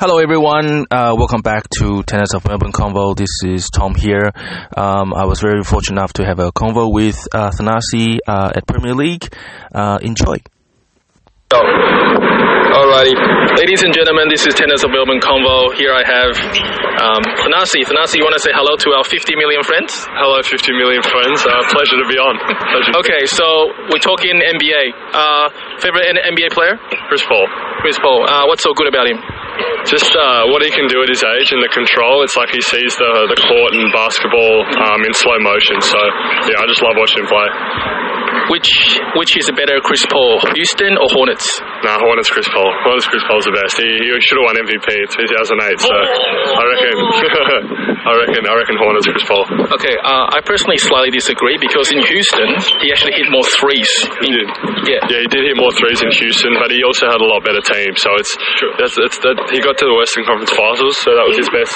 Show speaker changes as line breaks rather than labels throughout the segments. Hello, everyone. Uh, welcome back to Tenants of Melbourne Convo. This is Tom here. Um, I was very fortunate enough to have a convo with uh, Thanasi uh, at Premier League. Uh, enjoy.
Oh. Alrighty. Ladies and gentlemen, this is Tennis of Melbourne Convo. Here I have um, Thanasi. Thanasi, you want to say hello to our 50 million friends?
Hello, 50 million friends. Uh, pleasure to be on. Pleasure to be-
Okay, so we're talking NBA. Uh, favorite N- NBA player?
Chris Paul.
Chris Paul. Uh, what's so good about him?
Just uh, what he can do at his age and the control. It's like he sees the, the court and basketball um, in slow motion. So, yeah, I just love watching him play.
Which which is a better Chris Paul, Houston or Hornets?
Nah, Hornets Chris Paul. Hornets Chris Paul's the best. He, he should have won MVP in 2008. So, I reckon, I reckon, I reckon Hornets Chris Paul.
Okay, uh, I personally slightly disagree because in Houston he actually hit more threes.
He did.
Yeah.
Yeah, he did hit more threes in Houston, but he also had a lot better team. So it's that's, that's that he got to the Western Conference Finals, so that was his best.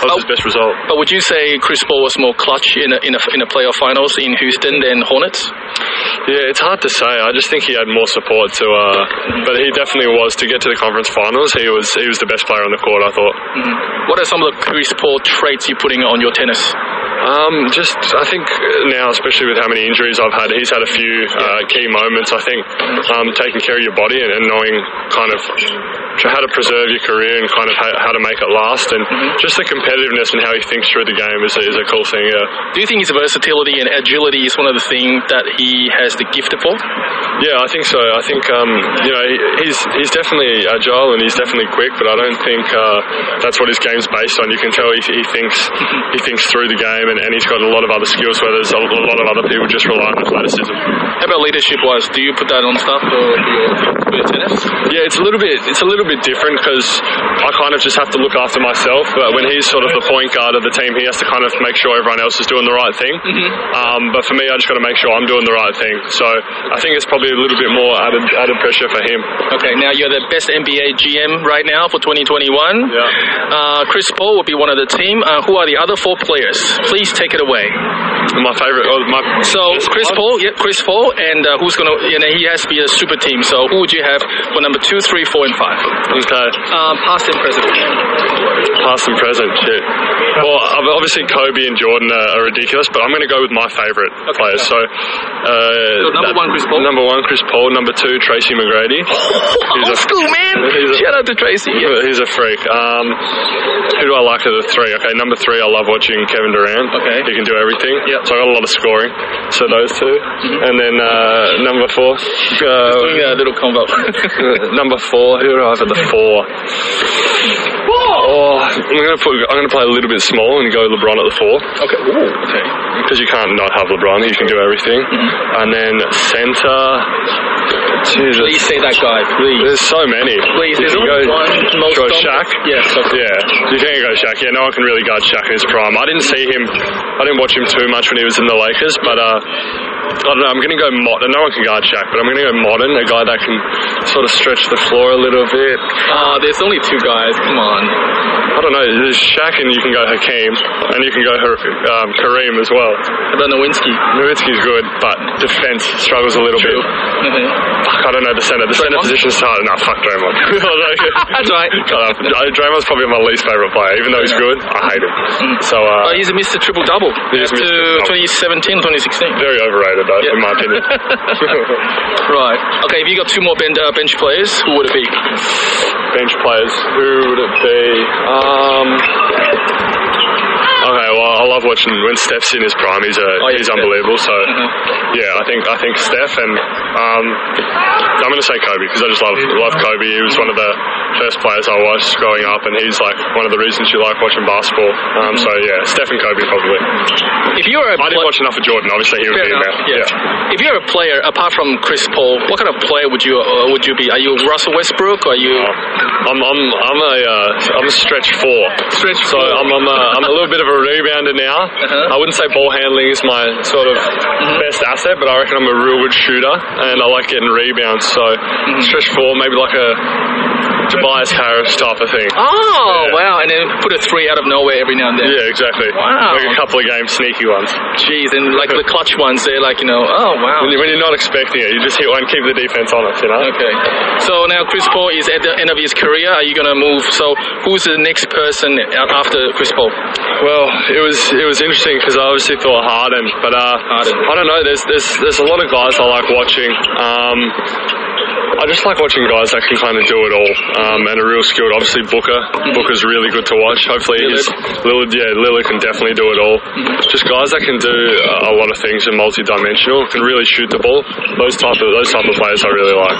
That was his best result.
But would you say Chris Paul was more clutch in a, in a, in a playoff finals in Houston than Hornets?
Yeah, it's hard to say. I just think he had more support to, uh, but he definitely was to get to the conference finals. He was he was the best player on the court. I thought.
What are some of the Chris Paul traits you're putting on your tennis?
Um, just I think now, especially with how many injuries I've had, he's had a few uh, key moments. I think um, taking care of your body and, and knowing kind of how to preserve your career and kind of how, how to make it last, and just the competitiveness and how he thinks through the game is a, is a cool thing. Yeah.
Do you think his versatility and agility is one of the things that he has the gift for?
Yeah, I think so. I think um, you know he- he's he's definitely agile and he's definitely quick, but I don't think uh, that's what his game's based on. You can tell he, he thinks he thinks through the game, and, and he's got a lot of other skills where there's a, a lot of other people just rely on athleticism.
How about leadership wise? Do you put that on stuff for your, for your tennis?
Yeah, it's a little bit it's a little bit different because I kind of just have to look after myself. But when he's sort of the point guard of the team, he has to kind of make sure everyone else is doing the right thing. Um, but for me, I just got to make sure I'm doing the right thing. So I think it's probably a little bit more added added pressure for him.
Okay, now you're the best NBA GM right now for 2021.
Yeah.
Uh, Chris Paul will be one of the team. Uh, who are the other four players? Please take it away.
My favorite. Oh, my,
So Chris Paul, yeah, Chris Paul, and uh, who's gonna? You know, he has to be a super team. So who would you have for number two, three, four, and five?
Okay.
Um, past and present.
Past and present. Shit. Well, ob- obviously Kobe and Jordan are, are ridiculous, but I'm going to go with my favorite players. So, uh,
number one, Chris Paul?
Number one, Chris Paul. Number two, Tracy McGrady. He's
Old
a-
school man.
he's a-
Shout out to Tracy. Yeah.
He's a freak. Um, who do I like of the three? Okay, number three, I love watching Kevin Durant.
Okay.
He can do everything.
Yep.
So I got a lot of scoring. So those 2 And then uh, number four.
Mm-hmm. Doing
Uh,
a little convo.
number four. Who do I have at the four? Oh, I'm gonna put. I'm gonna play a little bit small and go LeBron at the four
Okay. Ooh, okay.
because you can't not have LeBron. He can do everything.
Mm-hmm.
And then center. Jesus.
Please say that guy, please.
There's so many.
Please,
You
there's
can
only one most
go
dominant-
Shaq.
Yes, okay.
Yeah, you can't go Shaq. Yeah, no one can really guard Shaq in his prime. I didn't see him. I didn't watch him too much when he was in the Lakers, but uh, I don't know. I'm going to go modern. No one can guard Shaq, but I'm going to go modern. A guy that can sort of stretch the floor a little bit.
Ah, there's only two guys. Come on.
I don't know. There's Shaq, and you can go Hakeem, and you can go Har- um, Kareem as well.
How about Nowinski?
Nowitzki's good, but defense struggles a little
True.
bit. Fuck, I don't know the center. The center
Draymond?
position's hard. No, fuck Draymond.
That's right.
God, I- Uh, Draymond's probably my least favorite player, even though he's good. I hate him. So
Oh,
uh,
he's a Mr. Triple Double.
He's
Up to
Mr.
2017,
Double.
2016.
very overrated, though, in my opinion.
Right. Okay, if you got two more ben- uh, bench players, who would it be?
Bench players, who would it be? Um. Okay, well, I love watching when Steph's in his prime. He's a,
Oh, yeah,
he's
Steph.
unbelievable. So, yeah, I think I think Steph and um, I'm going to say Kobe because I just love love Kobe. He was one of the first players I watched growing up, and he's like one of the reasons you like watching basketball. Um, so yeah, Steph and Kobe probably.
If you were a
I didn't
pla-
watch enough of Jordan. Obviously, he would
Fair
be in
enough,
there.
yeah. If you're a player, apart from Chris Paul, what kind of player would you uh, would you be? Are you Russell Westbrook? Or are you
I'm I'm I'm a uh, I'm a stretch four.
Stretch
So
four.
I'm I'm a, I'm a little bit of a rebounder now. I wouldn't say ball handling is my sort of best asset, but I reckon I'm a
Mm-hmm.
real good shooter and I like getting rebounds. So stretch four, maybe like a Tobias Harris type of thing.
Oh,
Yeah.
wow. And then put a three out of nowhere every now and then.
Yeah, exactly.
Wow.
Like a couple of game sneaky ones.
Jeez, and like the clutch ones, they're like, you know, oh, wow.
When, you, when you're not expecting it, you just hit one, keep the defense on us, you know?
Okay. So now Chris Paul is at the end of his career. Are you going to move? So who's the next person a- after Chris Paul?
Well, it was it was interesting because I obviously thought Harden, but uh,
Harden.
I don't know. There's there's there's a lot of guys I like watching. Um, I just like watching guys that can kind of do it all um, and a real skilled. Obviously, Booker. Booker's really good to watch. Hopefully, he's Lillard. Yeah, Lillard can definitely do it all. Just guys that can do a lot of things and multi-dimensional, can really shoot the ball. Those type of those type of players I really like.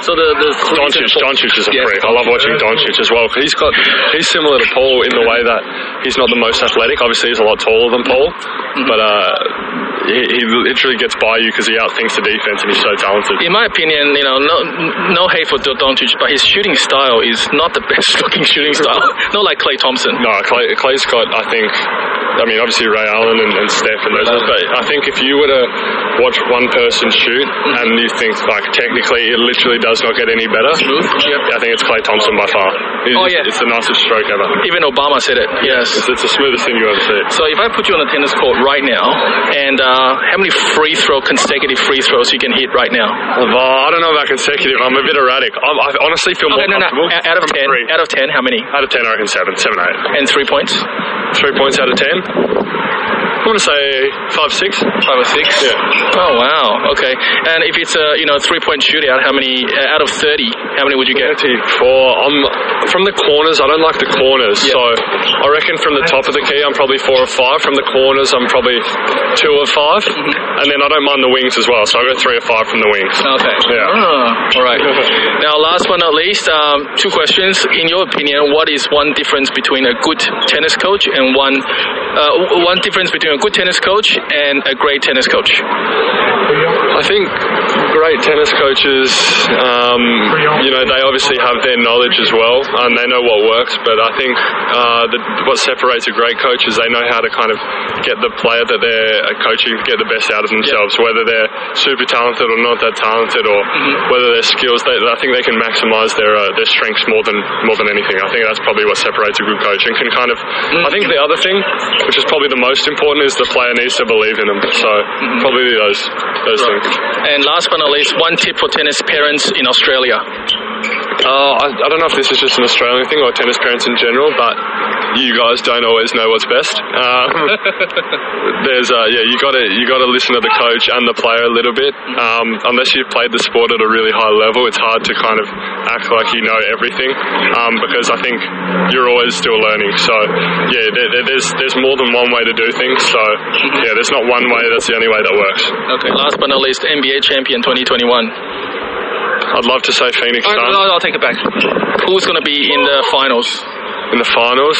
So the the
Doncic, Doncic is a
Yes.
freak. I love watching Doncic as well. He's got he's similar to Paul in the way that he's not the most athletic. Obviously, he's a lot taller than Paul,
Mm-hmm.
but uh, he, he literally gets by you because he outthinks the defense and he's so talented.
In my opinion, you know, no no hate for Don- Doncic, but his shooting style is not the best looking shooting style. Not like Clay Thompson.
No, Clay, Clay's got, I think, I mean, obviously Ray Allen and, and Steph and those, but I think if you were to watch one person shoot
Mm-hmm.
and you think, like, technically it literally does not get any better,
Smooth, yeah.
I think it's Clay Thompson by far. It's,
Oh, yeah.
It's the nicest stroke ever.
Even Obama said it. Yes.
It's, it's the smoothest thing you ever see.
So if I put you on a tennis court right now, and uh, how many free throw consecutive free throws you can hit right now?
Well, I don't know about consecutive. I'm a bit erratic. I'm, I honestly feel more
Okay, no, no.
comfortable.
Out of
from
ten,
three.
out of ten, how many?
Out of ten, I reckon seven, seven, eight.
And three points,
Three points out of ten. I want to say five, six.
five or six.
Yeah.
Oh wow. Okay. And if it's a you know three point shootout, how many uh, out of thirty? How many would you get?
Thirty-four. I'm from the corners. I don't like the corners,
Yeah.
so I reckon from the top of the key, I'm probably four or five. From the corners, I'm probably two or 5
Mm-hmm.
and then I don't mind the wings as well. So I go three or five from the wings.
Okay.
Yeah.
Ah, all right. now, last but not least, um, two questions. In your opinion, what is one difference between a good tennis coach and one uh, w- one difference between a good tennis coach and a great tennis coach?
I think great tennis coaches, um, you know, they obviously have their knowledge as well, and they know what works. But I think uh, the, what separates a great coach is they know how to kind of get the player that they're coaching get the best out of themselves, whether they're super talented or not that talented, or whether their skills. They, I think they can maximise their uh, their strengths more than more than anything. I think that's probably what separates a good coach, and can kind of. I think the other thing, which is probably the most important, is the player needs to believe in them. So probably those those things.
And last but not least, one tip for tennis parents in Australia.
Uh, I, I don't know if this is just an Australian thing or tennis parents in general, but you guys don't always know what's best. Um, there's, uh, yeah, you gotta you gotta listen to the coach and the player a little bit. Um, unless you've played the sport at a really high level, it's hard to kind of act like you know everything um, because I think you're always still learning. So yeah, there, there- there's there's more than one way to do things. So yeah, there's not one way. That's the only way that works.
Okay. Last but not least, NBA champion 2021.
I'd love to say Phoenix
All right,
Suns.
I'll, I'll take it back. Who's going to be in the finals?
in the finals.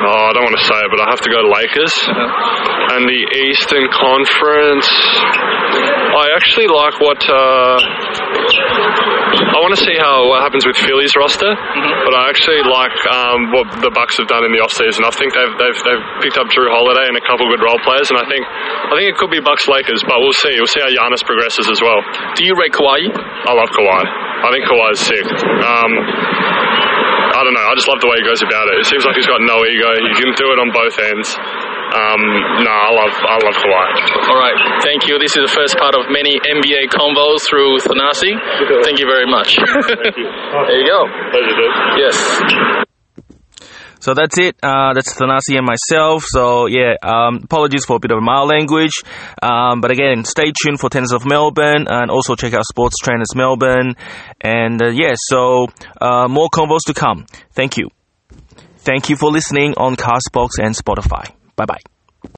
Oh, I don't want to say it, but I have to go Lakers.
Uh-huh.
And the Eastern Conference. I actually like what. Uh, I want to see how what happens with Philly's roster,
Mm-hmm.
but I actually like um, what the Bucks have done in the offseason. I think they've, they've they've picked up Drew Holiday and a couple good role players, and I think I think it could be Bucks Lakers, but we'll see. We'll see how Giannis progresses as well.
Do you rate Kawhi?
I love Kawhi. I think Kawhi's sick. Um, I don't know. I just love the way he goes about it. It seems like he's got no ego. He can do it on both ends. Um, no, I love I love Kawhi.
All right. Thank you. This is the first part of many NBA convos through Thanasi. Thank you very much. there you go.
Pleasure, dude.
Yes.
So that's it. Uh, that's Thanasi and myself. So yeah, um, apologies for a bit of my language. Um, but again, stay tuned for Tennis of Melbourne and also check out Sports Trainers Melbourne. And uh, yeah, so uh, more convos to come. Thank you. Thank you for listening on Castbox and Spotify. Bye bye.